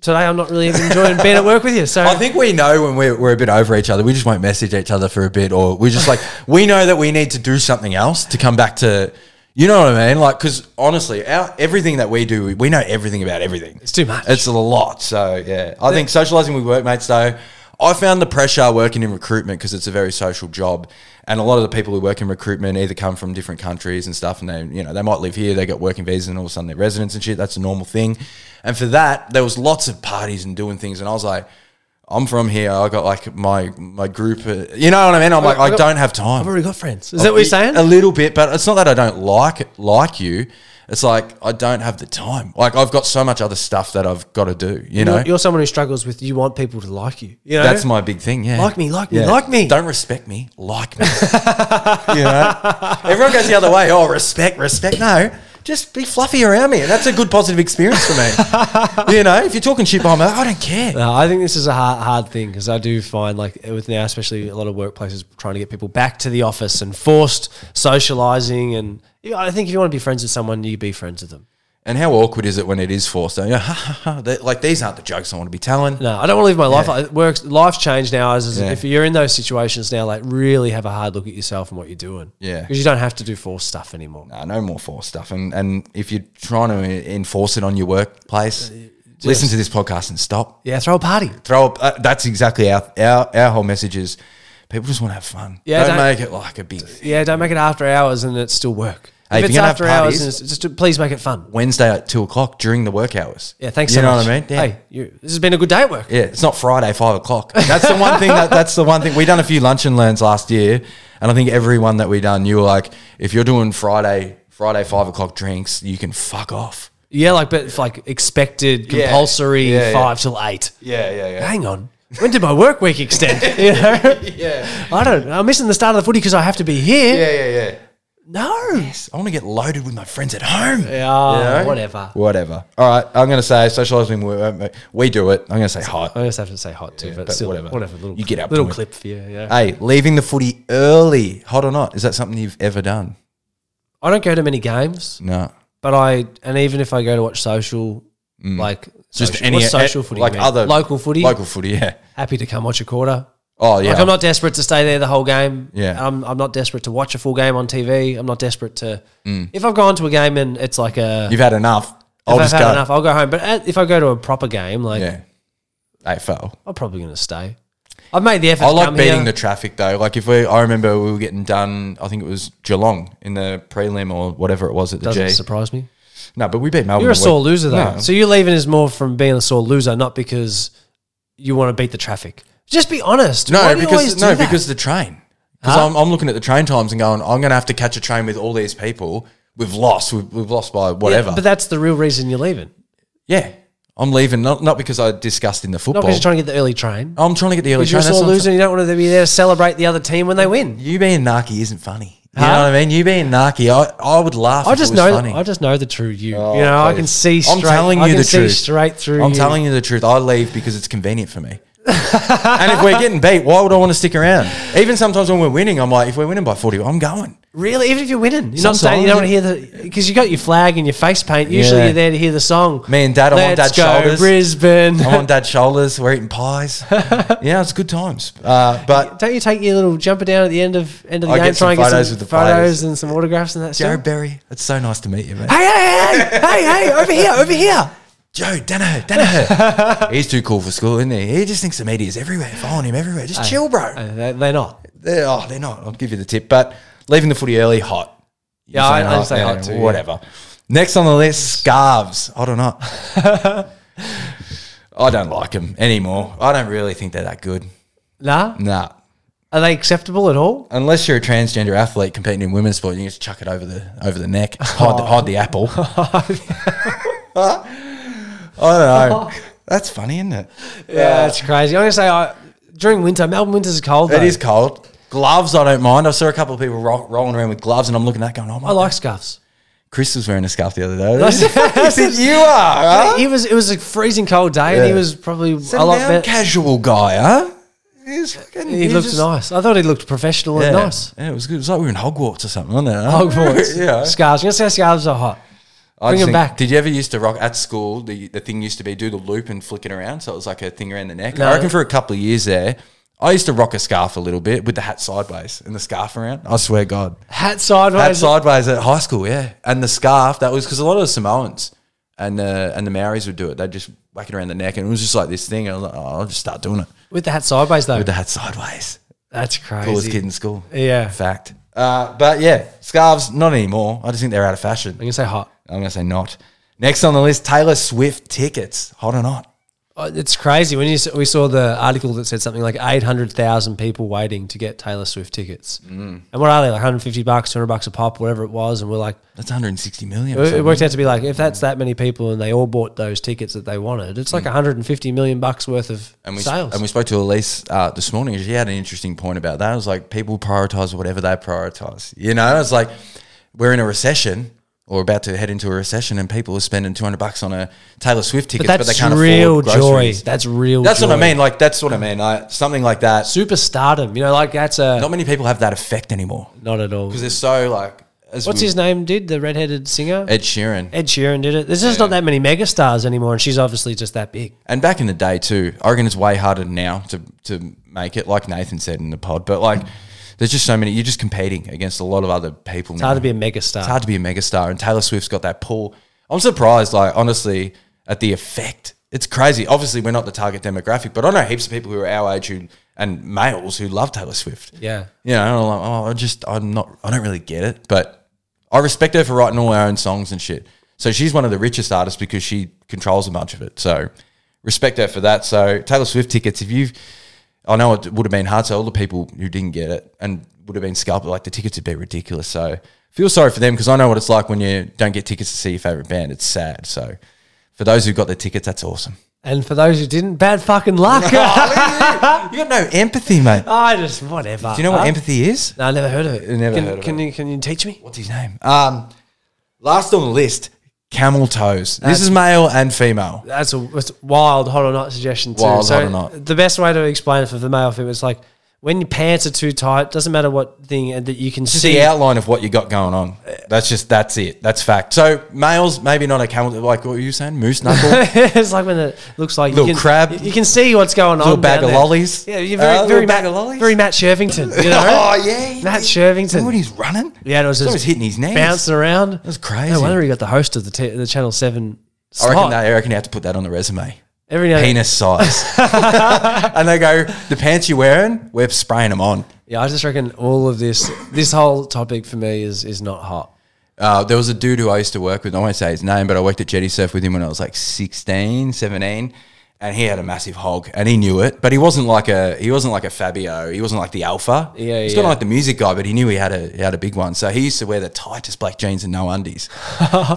[SPEAKER 2] today I'm not really even enjoying being at work with you. So
[SPEAKER 1] Hmm. I think we know when we're, we're a bit over each other, we just won't message each other for a bit, or we're just like, we know that we need to do something else to come back to, you know what I mean? Like, because honestly, our, everything that we do, we, we know everything about everything.
[SPEAKER 2] it's too much.
[SPEAKER 1] It's a lot. So, yeah. I think socializing with workmates, though, I found the pressure working in recruitment because it's a very social job. And a lot of the people who work in recruitment either come from different countries and stuff, and they, you know, they might live here, they got working visas, and all of a sudden they're residents and shit. That's a normal thing. And for that, there was lots of parties and doing things. And I was like, I'm from here. I got like my my group. uh, You know what I mean? I'm like,
[SPEAKER 2] I
[SPEAKER 1] I
[SPEAKER 2] got-
[SPEAKER 1] don't have time.
[SPEAKER 2] I've already got friends. Is that what you're saying?
[SPEAKER 1] A little bit, but it's not that I don't like like you. It's like I don't have the time. Like I've got so much other stuff that I've got to do. You know,
[SPEAKER 2] You're, you're someone who struggles with you want people to like you. You know,
[SPEAKER 1] that's my big thing. Yeah,
[SPEAKER 2] Like me, like me, like me.
[SPEAKER 1] Don't respect me, like me. you know, everyone goes the other way. Oh, respect, respect. No. Just be fluffy around me, and that's a good positive experience for me. you know, if you're talking shit behind me, I don't care.
[SPEAKER 2] No, Uh, I think this is a hard, hard thing because I do find like with now, especially a lot of workplaces trying to get people back to the office and forced socializing. And you know, I think if you want to be friends with someone, you be friends with them.
[SPEAKER 1] And how awkward is it when it is forced? You know, They- like these aren't the jokes I want to be telling.
[SPEAKER 2] No, I don't want to live my life. Like, it works. Life's changed now. As, as
[SPEAKER 1] Yeah.
[SPEAKER 2] if you're in those situations now, like really have a hard look at yourself and what you're doing.
[SPEAKER 1] Yeah.
[SPEAKER 2] because you don't have to do forced stuff anymore.
[SPEAKER 1] Nah, no more force stuff. And and if you're trying to en- enforce it on your workplace,
[SPEAKER 2] Uh,
[SPEAKER 1] listen to this podcast and stop.
[SPEAKER 2] Yeah, throw a party.
[SPEAKER 1] Throw up. Uh, that's exactly our, our our whole message is people just want to have fun.
[SPEAKER 2] Yeah,
[SPEAKER 1] don't,
[SPEAKER 2] don't-
[SPEAKER 1] make it like a big thing.
[SPEAKER 2] Yeah, don't make it after hours and it's still work.
[SPEAKER 1] Hey,
[SPEAKER 2] if,
[SPEAKER 1] if
[SPEAKER 2] it's
[SPEAKER 1] you're gonna have
[SPEAKER 2] after hours,
[SPEAKER 1] parties-
[SPEAKER 2] and it's, just please make it fun.
[SPEAKER 1] Wednesday at two o'clock during the work hours.
[SPEAKER 2] Yeah, thanks
[SPEAKER 1] You
[SPEAKER 2] so
[SPEAKER 1] know
[SPEAKER 2] much.
[SPEAKER 1] what I mean? Yeah.
[SPEAKER 2] Hey, you, this has been a good day at work.
[SPEAKER 1] Yeah, it's not Friday five o'clock. That's the one thing. That, that's the one thing. We done a few lunch and learns last year, and I think everyone that we done, you were like, if you're doing Friday Friday five o'clock drinks, you can fuck off.
[SPEAKER 2] Yeah, like but like expected
[SPEAKER 1] Yeah.
[SPEAKER 2] compulsory
[SPEAKER 1] Yeah, yeah.
[SPEAKER 2] five till eight.
[SPEAKER 1] Yeah, yeah, yeah.
[SPEAKER 2] Hang on. When did my work week extend? You know?
[SPEAKER 1] Yeah,
[SPEAKER 2] I don't know. I'm missing the start of the footy because I have to be here.
[SPEAKER 1] yeah, yeah, yeah.
[SPEAKER 2] No.
[SPEAKER 1] I want to get loaded with my friends at home.
[SPEAKER 2] Yeah, oh,
[SPEAKER 1] You know?
[SPEAKER 2] whatever.
[SPEAKER 1] Whatever. All right. I'm going to say socializing. We, we do it. I'm going to say hot.
[SPEAKER 2] I just have to say hot too, but,
[SPEAKER 1] but
[SPEAKER 2] still whatever.
[SPEAKER 1] whatever.
[SPEAKER 2] Whatever. Little
[SPEAKER 1] You get our
[SPEAKER 2] little
[SPEAKER 1] point.
[SPEAKER 2] clip for you. Yeah.
[SPEAKER 1] Hey, leaving the footy early, hot or not, is that something you've ever done?
[SPEAKER 2] I don't go to many games,
[SPEAKER 1] No.
[SPEAKER 2] but I and even if I go to watch social, like
[SPEAKER 1] Just
[SPEAKER 2] social,
[SPEAKER 1] any
[SPEAKER 2] what's social
[SPEAKER 1] eh,
[SPEAKER 2] footy,
[SPEAKER 1] like
[SPEAKER 2] man?
[SPEAKER 1] other
[SPEAKER 2] local footy.
[SPEAKER 1] Local footy, yeah.
[SPEAKER 2] Happy to come watch a quarter.
[SPEAKER 1] Oh yeah.
[SPEAKER 2] Like I'm not desperate to stay there the whole game.
[SPEAKER 1] Yeah.
[SPEAKER 2] I'm, I'm not desperate to watch a full game on TV. I'm not desperate to. If I've gone to a game and it's like a,
[SPEAKER 1] you've had enough. Mm. I'll
[SPEAKER 2] if I've
[SPEAKER 1] just
[SPEAKER 2] had
[SPEAKER 1] go.
[SPEAKER 2] enough, I'll go home. But at, if I go to a proper game, like
[SPEAKER 1] Yeah. AFL.
[SPEAKER 2] I'm probably gonna stay. I've made the effort.
[SPEAKER 1] I
[SPEAKER 2] to
[SPEAKER 1] like
[SPEAKER 2] come
[SPEAKER 1] beating
[SPEAKER 2] here.
[SPEAKER 1] the traffic though. Like if we, I remember we were getting done. I think it was Geelong in the prelim or whatever it was at the
[SPEAKER 2] Doesn't
[SPEAKER 1] G.
[SPEAKER 2] surprise me.
[SPEAKER 1] no, but we beat Melbourne.
[SPEAKER 2] You're a
[SPEAKER 1] the
[SPEAKER 2] sore
[SPEAKER 1] week-
[SPEAKER 2] loser though,
[SPEAKER 1] No.
[SPEAKER 2] so you leaving is more from being a sore loser, not because you want to beat the traffic. Just be honest. Why
[SPEAKER 1] No,
[SPEAKER 2] do you
[SPEAKER 1] because
[SPEAKER 2] always do
[SPEAKER 1] no,
[SPEAKER 2] that?
[SPEAKER 1] because the train. Because I'm, I'm looking at the train times and going, I'm going to have to catch a train with all these people. We've lost. We've, we've lost by
[SPEAKER 2] Yeah,
[SPEAKER 1] whatever. Yeah,
[SPEAKER 2] but that's the real reason you're leaving.
[SPEAKER 1] I'm leaving. Not not because I discussed in the
[SPEAKER 2] Not
[SPEAKER 1] football.
[SPEAKER 2] because you're trying to get the early train.
[SPEAKER 1] I'm trying to get the early
[SPEAKER 2] Because you're
[SPEAKER 1] train.
[SPEAKER 2] a
[SPEAKER 1] That's
[SPEAKER 2] sore
[SPEAKER 1] what I'm
[SPEAKER 2] loser, and you don't want to be there to celebrate the other team when they win.
[SPEAKER 1] saying. You being narky isn't funny. You
[SPEAKER 2] Huh?
[SPEAKER 1] know what I mean? You being narky, I, I would laugh.
[SPEAKER 2] I
[SPEAKER 1] if
[SPEAKER 2] just
[SPEAKER 1] it was
[SPEAKER 2] know.
[SPEAKER 1] funny.
[SPEAKER 2] I just know the true you.
[SPEAKER 1] Oh,
[SPEAKER 2] you know, I
[SPEAKER 1] please.
[SPEAKER 2] can see. Straight,
[SPEAKER 1] I'm telling you
[SPEAKER 2] I can
[SPEAKER 1] the
[SPEAKER 2] see
[SPEAKER 1] truth.
[SPEAKER 2] Straight through.
[SPEAKER 1] I'm
[SPEAKER 2] you.
[SPEAKER 1] telling you the truth. I leave because it's convenient for me. and if we're getting beat, why would I want to stick around? Even sometimes when we're winning, I'm like, if we're winning by 40, I'm going.
[SPEAKER 2] Really, even if you're winning, you're not saying you don't want to hear the because you got your flag and your face paint. Usually,
[SPEAKER 1] Yeah.
[SPEAKER 2] you're there to hear the song.
[SPEAKER 1] Me and Dad, I'm on
[SPEAKER 2] Let's
[SPEAKER 1] Dad's
[SPEAKER 2] go,
[SPEAKER 1] shoulders.
[SPEAKER 2] Brisbane.
[SPEAKER 1] I'm on dad's shoulders. We're eating pies. yeah, it's good times. Uh, but
[SPEAKER 2] Don't you take your little jumper down at the end of end of the
[SPEAKER 1] I
[SPEAKER 2] game,
[SPEAKER 1] get
[SPEAKER 2] try
[SPEAKER 1] some
[SPEAKER 2] and get
[SPEAKER 1] photos
[SPEAKER 2] some
[SPEAKER 1] with the
[SPEAKER 2] photos
[SPEAKER 1] players.
[SPEAKER 2] and some autographs and that
[SPEAKER 1] Joe
[SPEAKER 2] stuff.
[SPEAKER 1] Berry, it's so nice to meet you, man.
[SPEAKER 2] Hey, hey, hey, hey, hey, over here, over here.
[SPEAKER 1] Joe Danaher, Danaher. He's too cool for school, isn't he? He just thinks the media's everywhere, following him everywhere. Just chill, bro.
[SPEAKER 2] Uh, they- they're not.
[SPEAKER 1] They're, oh, they're not. I'll give you the tip. But leaving the footy early, hot. You're
[SPEAKER 2] Yeah, I-
[SPEAKER 1] saying
[SPEAKER 2] I'd say
[SPEAKER 1] yeah,
[SPEAKER 2] hot too, yeah.
[SPEAKER 1] Whatever. Next on the list, scarves. I don't know. I don't like them anymore. I don't really think they're that good.
[SPEAKER 2] Nah,
[SPEAKER 1] Nah.
[SPEAKER 2] are they acceptable at all?
[SPEAKER 1] Unless you're a transgender athlete competing in women's sport, you just
[SPEAKER 2] Oh.
[SPEAKER 1] chuck it over the over the neck, hide the, hide the apple. I don't know. That's funny, isn't it?
[SPEAKER 2] Yeah, it's crazy. I'm gonna say I, during winter, Melbourne winters are cold.
[SPEAKER 1] It
[SPEAKER 2] though.
[SPEAKER 1] is cold. Gloves, I don't mind. I saw a couple of people ro- rolling around with gloves, and I'm looking at that going, oh my.
[SPEAKER 2] I like scuffs.
[SPEAKER 1] Chris was wearing a scarf the other day. Who the fuck do you think you are, huh?
[SPEAKER 2] It was it was a freezing cold day, and
[SPEAKER 1] Yeah.
[SPEAKER 2] he was probably
[SPEAKER 1] Sit
[SPEAKER 2] a lot
[SPEAKER 1] down,
[SPEAKER 2] better.
[SPEAKER 1] casual guy, huh? He's fucking,
[SPEAKER 2] He
[SPEAKER 1] he's
[SPEAKER 2] looked
[SPEAKER 1] just-
[SPEAKER 2] nice. I thought he looked professional
[SPEAKER 1] Yeah.
[SPEAKER 2] and nice.
[SPEAKER 1] Yeah, it was good. It was like we were in Hogwarts or something, wasn't it? huh?
[SPEAKER 2] Hogwarts.
[SPEAKER 1] yeah.
[SPEAKER 2] Scarves. I'm gonna say scarves are hot.
[SPEAKER 1] I
[SPEAKER 2] Bring
[SPEAKER 1] just
[SPEAKER 2] 'em back.
[SPEAKER 1] Did you ever used to rock at school? The, the thing used to be do the loop and flick it around. So it was like a thing around the neck.
[SPEAKER 2] No.
[SPEAKER 1] I reckon for a couple of years there, I used to rock a scarf a little bit with the hat sideways and the scarf around. I swear God.
[SPEAKER 2] Hat sideways.
[SPEAKER 1] Hat sideways at high school, yeah. And the scarf, that was because a lot of the Samoans and the, and the Maoris would do it. They'd just whack it around the neck. And it was just like this thing. And I was like, oh, I'll just start doing it
[SPEAKER 2] with the hat sideways though.
[SPEAKER 1] with the hat sideways.
[SPEAKER 2] That's crazy.
[SPEAKER 1] Coolest kid in school.
[SPEAKER 2] Yeah.
[SPEAKER 1] Fact. Uh, but yeah, scarves, not anymore. I just think they're out of fashion.
[SPEAKER 2] I'm gonna say hot.
[SPEAKER 1] I'm going to say not. Next on the list, Taylor Swift tickets. Hot or not?
[SPEAKER 2] Uh, It's crazy when you s- we saw the article that said something like eight hundred thousand people waiting to get Taylor Swift tickets, mm. and what are they like? One hundred fifty bucks, two hundred bucks a pop, whatever it was, and we're like,
[SPEAKER 1] That's 160 million. or
[SPEAKER 2] it, it
[SPEAKER 1] something.
[SPEAKER 2] worked out to be like if that's that many people and they all bought those tickets that they wanted, it's like one hundred and fifty million bucks worth of
[SPEAKER 1] Mm. And we,
[SPEAKER 2] sales.
[SPEAKER 1] and we spoke to Elise uh, this morning. and She had an interesting point about that. It was like people prioritize whatever they prioritize. You know, it's like we're in a recession or about to head into a recession, and people are spending 200 bucks on a Taylor Swift ticket,
[SPEAKER 2] but
[SPEAKER 1] but,
[SPEAKER 2] that's
[SPEAKER 1] they can't
[SPEAKER 2] real
[SPEAKER 1] afford
[SPEAKER 2] joy.
[SPEAKER 1] groceries.
[SPEAKER 2] That's real.
[SPEAKER 1] That's what I
[SPEAKER 2] joy.
[SPEAKER 1] mean. Like that's what I mean. I, something like that.
[SPEAKER 2] Superstardom. You know, like that's a
[SPEAKER 1] Not
[SPEAKER 2] not,
[SPEAKER 1] many people have that effect anymore
[SPEAKER 2] at all.
[SPEAKER 1] because they're so like. As
[SPEAKER 2] What's
[SPEAKER 1] we-
[SPEAKER 2] his name? Did the redheaded singer?
[SPEAKER 1] Ed Sheeran.
[SPEAKER 2] Ed Sheeran did it. There's just not that many megastars anymore, and she's obviously just that big.
[SPEAKER 1] And back in the day too, I reckon it's way harder now to to make it. Like Nathan said in the pod, but like there's just so many. You're just competing against a lot of other people.
[SPEAKER 2] It's hard to be a megastar.
[SPEAKER 1] It's hard to be a megastar, and Taylor Swift's got that pull. I'm surprised, like honestly, at the effect. It's crazy. Obviously, we're not the target demographic, but I know heaps of people who are our age who and males who love Taylor Swift.
[SPEAKER 2] Yeah.
[SPEAKER 1] you know, and I'm like, oh, I just, I'm not, I don't really get it, but I respect her for writing all her own songs and shit. So she's one of the richest artists because she controls a bunch of it. So respect her for that. So Taylor Swift tickets, if you've, I know it would have been hard. So all the people who didn't get it and would have been scalped, like the tickets would be ridiculous. So feel sorry for them because I know what it's like when you don't get tickets to see your favorite band. It's sad. So for those who got the tickets, that's awesome.
[SPEAKER 2] And for those who didn't, bad fucking luck.
[SPEAKER 1] you got no empathy, mate. Do
[SPEAKER 2] I just whatever.
[SPEAKER 1] you know what
[SPEAKER 2] Huh?
[SPEAKER 1] empathy is?
[SPEAKER 2] No, I never heard of it.
[SPEAKER 1] Never
[SPEAKER 2] can,
[SPEAKER 1] heard of
[SPEAKER 2] can you can you teach me?
[SPEAKER 1] what's his name? Um, last on the list, camel toes. this is male and female.
[SPEAKER 2] That's a that's a wild hot or not suggestion too.
[SPEAKER 1] Wild hot or not.
[SPEAKER 2] The best way to explain it for the male female is like when your pants are too tight, doesn't matter what thing and that you can
[SPEAKER 1] Just
[SPEAKER 2] see.
[SPEAKER 1] the outline of what you got going on. That's just that's it. That's fact. So males maybe not a camel like what were you saying? Moose knuckle,
[SPEAKER 2] it's like when it looks like
[SPEAKER 1] Little
[SPEAKER 2] you can,
[SPEAKER 1] crab.
[SPEAKER 2] You can see what's going on.
[SPEAKER 1] little bag
[SPEAKER 2] down
[SPEAKER 1] of
[SPEAKER 2] there.
[SPEAKER 1] lollies.
[SPEAKER 2] Yeah, you're very,
[SPEAKER 1] Uh,
[SPEAKER 2] very
[SPEAKER 1] little bag
[SPEAKER 2] Matt,
[SPEAKER 1] of lollies.
[SPEAKER 2] very Matt Shervington. You know?
[SPEAKER 1] oh yeah,
[SPEAKER 2] Matt
[SPEAKER 1] Remember
[SPEAKER 2] Shervington.
[SPEAKER 1] when he's running?
[SPEAKER 2] yeah, and it was
[SPEAKER 1] Someone's
[SPEAKER 2] just
[SPEAKER 1] hitting his knees.
[SPEAKER 2] bouncing around.
[SPEAKER 1] That's crazy.
[SPEAKER 2] No wonder he got the host of the t- the Channel Seven.
[SPEAKER 1] I reckon
[SPEAKER 2] slot.
[SPEAKER 1] they, I reckon you have to put that on the resume.
[SPEAKER 2] Every now
[SPEAKER 1] Penis size, and they go the pants you're wearing. We're spraying them on.
[SPEAKER 2] Yeah, I just reckon all of this, this whole topic for me is is not hot.
[SPEAKER 1] Uh, there was a dude who I used to work with. I won't say his name, but I worked at Jetty Surf with him when I was like 16, 17. And he had a massive hog and he knew it, but he wasn't like a, he wasn't like a Fabio. He wasn't like the alpha.
[SPEAKER 2] Yeah,
[SPEAKER 1] He's
[SPEAKER 2] yeah.
[SPEAKER 1] not like the music guy, but he knew he had a, he had a big one. So he used to wear the tightest black jeans and no undies.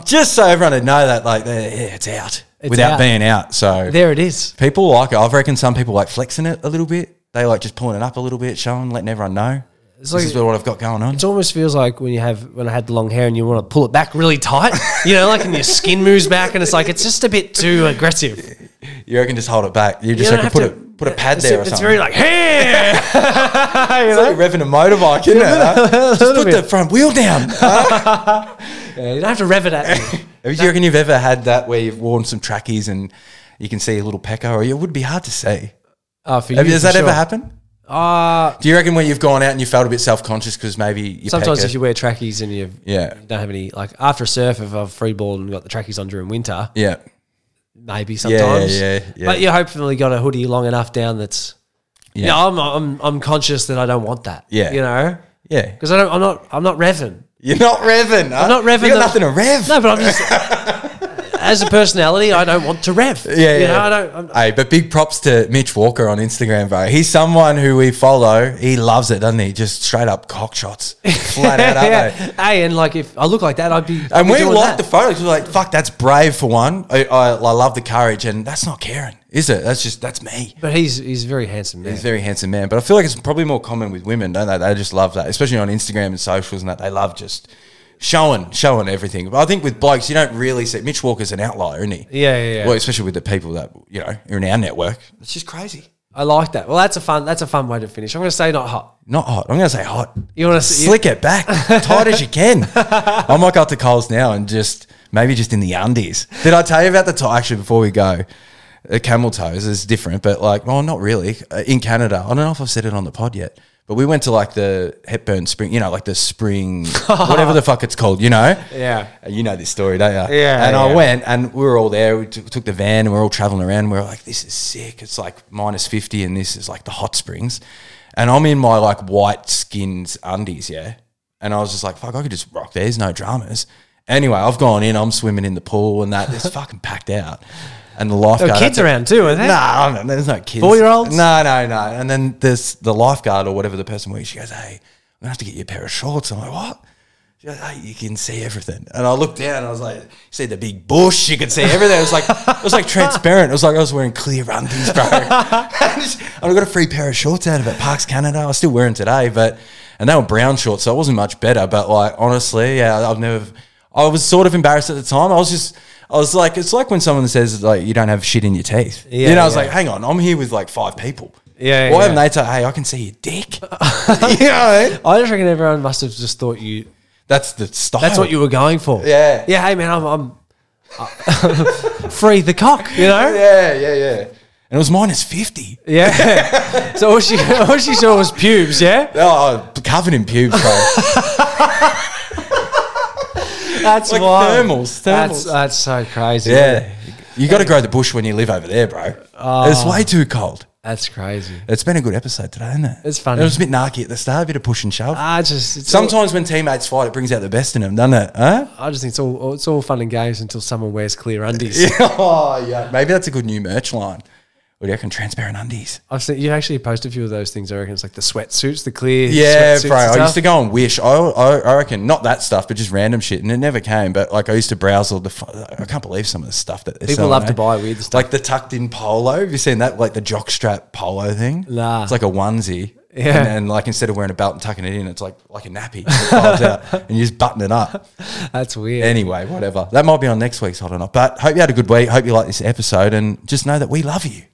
[SPEAKER 1] Just so everyone would know that like, they're- yeah, it's out without
[SPEAKER 2] out.
[SPEAKER 1] being out. So
[SPEAKER 2] There it is.
[SPEAKER 1] people like it. I reckon some people like flexing it a little bit. They like just pulling it up a little bit, showing, letting everyone know.
[SPEAKER 2] like-
[SPEAKER 1] this is what I've got going on.
[SPEAKER 2] It almost feels like when you have when I had the long hair and you want to pull it back really tight, you know, like and your skin moves back and it's like it's just a bit too aggressive. You
[SPEAKER 1] You reckon just hold it back. You just
[SPEAKER 2] don't
[SPEAKER 1] reckon
[SPEAKER 2] have
[SPEAKER 1] put
[SPEAKER 2] to-
[SPEAKER 1] a put a pad
[SPEAKER 2] it's,
[SPEAKER 1] there or
[SPEAKER 2] It's
[SPEAKER 1] something.
[SPEAKER 2] very like hey, you know?
[SPEAKER 1] It's like revving a motorbike, isn't it? huh? Just put the front wheel down.
[SPEAKER 2] Yeah, you don't have to rev it at me.
[SPEAKER 1] Do you reckon you've ever had that where you've worn some trackies and you can see a little pecker, or it would be hard to see?
[SPEAKER 2] Oh, for
[SPEAKER 1] Have,
[SPEAKER 2] you,
[SPEAKER 1] does
[SPEAKER 2] for
[SPEAKER 1] that ever
[SPEAKER 2] sure.
[SPEAKER 1] happen?
[SPEAKER 2] Uh,
[SPEAKER 1] Do you reckon when you've gone out and you felt a bit self conscious because maybe you
[SPEAKER 2] sometimes
[SPEAKER 1] pecker,
[SPEAKER 2] if you wear trackies and you
[SPEAKER 1] yeah
[SPEAKER 2] don't have any like after a surf if I've free balled and got the trackies on during winter,
[SPEAKER 1] yeah
[SPEAKER 2] maybe
[SPEAKER 1] yeah,
[SPEAKER 2] sometimes.
[SPEAKER 1] yeah, yeah.
[SPEAKER 2] But you hopefully got a hoodie long enough down that's
[SPEAKER 1] Yeah.
[SPEAKER 2] yeah. I'm, I'm I'm conscious that I don't want that.
[SPEAKER 1] Yeah.
[SPEAKER 2] you know,
[SPEAKER 1] yeah
[SPEAKER 2] because I don't. I'm not. I'm not revving.
[SPEAKER 1] you're not revving.
[SPEAKER 2] I'm not revving.
[SPEAKER 1] You got
[SPEAKER 2] the-
[SPEAKER 1] nothing to rev.
[SPEAKER 2] No, but I'm just. as a personality, I don't want to rev.
[SPEAKER 1] Yeah,
[SPEAKER 2] you
[SPEAKER 1] yeah.
[SPEAKER 2] Know, I don't. I'm,
[SPEAKER 1] hey, but big props to Mitch Walker on Instagram, bro. He's someone who we follow. He loves it, doesn't he? Just straight up cock shots, flat out, aren't
[SPEAKER 2] yeah.
[SPEAKER 1] they?
[SPEAKER 2] Hey, and like if I look like that, I'd be. I'd
[SPEAKER 1] And
[SPEAKER 2] be
[SPEAKER 1] we
[SPEAKER 2] doing
[SPEAKER 1] liked
[SPEAKER 2] that.
[SPEAKER 1] the photos. We were like, fuck, that's brave for one. I, I, I love the courage, and that's not Karen, is it? That's just that's me.
[SPEAKER 2] But he's he's a very handsome man.
[SPEAKER 1] He's a very handsome man, but I feel like it's probably more common with women, don't they? They just love that, especially on Instagram and socials, and that they love just showing, showing everything. But I think with blokes, you don't really see. Mitch Walker's an outlier, isn't he?
[SPEAKER 2] Yeah, yeah, yeah.
[SPEAKER 1] Well, especially with the people that you know are in our network. It's just crazy.
[SPEAKER 2] I like that. Well, that's a fun that's a fun way to finish. I'm going to say not hot.
[SPEAKER 1] Not hot. I'm going to say hot.
[SPEAKER 2] You want to
[SPEAKER 1] Slick it back, tight as you can. I might go up to Coles now and just maybe just in the undies. Did I tell you about the tie? Actually, before we go, uh, camel toes is different, but like, well, not really. Uh, In Canada, I don't know if I've said it on the pod yet, but we went to like the Hepburn Spring, you know, like the spring, whatever the fuck it's called, you know?
[SPEAKER 2] Yeah.
[SPEAKER 1] Uh, You know this story, don't you?
[SPEAKER 2] Yeah,
[SPEAKER 1] And I
[SPEAKER 2] yeah.
[SPEAKER 1] went and we were all there. We t- took the van and we are all traveling around. We are like, this is sick. It's like minus 50 and this is like the hot springs. And I'm in my like white skins undies, yeah. And I was just like, fuck, I could just rock. There's no dramas. Anyway, I've gone in. I'm swimming in the pool and that. It's fucking packed out. And the lifeguard.
[SPEAKER 2] There are kids
[SPEAKER 1] had to-
[SPEAKER 2] around too, aren't there?
[SPEAKER 1] Nah, no, there's no kids.
[SPEAKER 2] Four-year-olds?
[SPEAKER 1] No, no, no. And then this the lifeguard or whatever the person was, she goes, Hey, I'm gonna have to get you a pair of shorts. I'm like, What? She goes, Hey, you can see everything. And I looked down and I was like, you see the big bush, you can see everything. It was like it was like transparent. It was like I was wearing clear undies, bro. and she- and I got a free pair of shorts out of it. Parks Canada. I was still wearing today, but and they were brown shorts, so it wasn't much better. But like honestly, yeah, I've never I was sort of embarrassed at the time. I was just I was like, it's like when someone says like you don't have shit in your teeth.
[SPEAKER 2] Yeah,
[SPEAKER 1] you know, I was
[SPEAKER 2] yeah.
[SPEAKER 1] like, hang on, I'm here with like five people.
[SPEAKER 2] Yeah,
[SPEAKER 1] Why
[SPEAKER 2] yeah.
[SPEAKER 1] haven't they told, hey, I can see your dick? you know what I mean?
[SPEAKER 2] I just reckon everyone must have just thought you.
[SPEAKER 1] That's the style.
[SPEAKER 2] That's what you were going for.
[SPEAKER 1] Yeah.
[SPEAKER 2] Yeah. Hey man, I'm, I'm uh, free the cock. You know.
[SPEAKER 1] Yeah, yeah, yeah. And it was minus 50.
[SPEAKER 2] Yeah. so all she all she saw was pubes. Yeah.
[SPEAKER 1] Oh, I was covered in pubes, bro.
[SPEAKER 2] That's
[SPEAKER 1] Like
[SPEAKER 2] wild.
[SPEAKER 1] thermals,
[SPEAKER 2] That's
[SPEAKER 1] thermals.
[SPEAKER 2] that's so crazy.
[SPEAKER 1] yeah. You got to grow the bush when you live over there, bro. it's way too cold.
[SPEAKER 2] That's crazy.
[SPEAKER 1] It's been a good episode today, isn't it?
[SPEAKER 2] It's funny.
[SPEAKER 1] It was a bit narky at the start, a bit of push and shove.
[SPEAKER 2] I just it's all-
[SPEAKER 1] Sometimes when teammates fight, it brings out the best in them, doesn't it? Huh?
[SPEAKER 2] I just think it's all it's all fun and games until someone wears clear undies.
[SPEAKER 1] oh, yeah. Maybe that's a good new merch line. What do you reckon? Transparent undies.
[SPEAKER 2] I've seen you actually post a few of those things. I reckon it's like the sweatsuits, the clear.
[SPEAKER 1] Yeah,
[SPEAKER 2] sweatsuits
[SPEAKER 1] bro.
[SPEAKER 2] and
[SPEAKER 1] I used
[SPEAKER 2] stuff.
[SPEAKER 1] to go and wish. I, I, I reckon not that stuff, but just random shit, and it never came. But like I used to browse all the. fu- I can't believe some of the stuff that they're
[SPEAKER 2] People
[SPEAKER 1] selling,
[SPEAKER 2] love to
[SPEAKER 1] eh?
[SPEAKER 2] buy weird stuff.
[SPEAKER 1] Like the tucked in polo. Have you seen that? Like the jock strap polo thing.
[SPEAKER 2] Nah.
[SPEAKER 1] it's like a onesie.
[SPEAKER 2] Yeah.
[SPEAKER 1] and, and like instead of wearing a belt and tucking it in, it's like like a nappy. It folds out, and you just button it up.
[SPEAKER 2] That's weird.
[SPEAKER 1] Anyway, whatever. That might be on next week's hot or not. But hope you had a good week. Hope you liked this episode, and just know that we love you.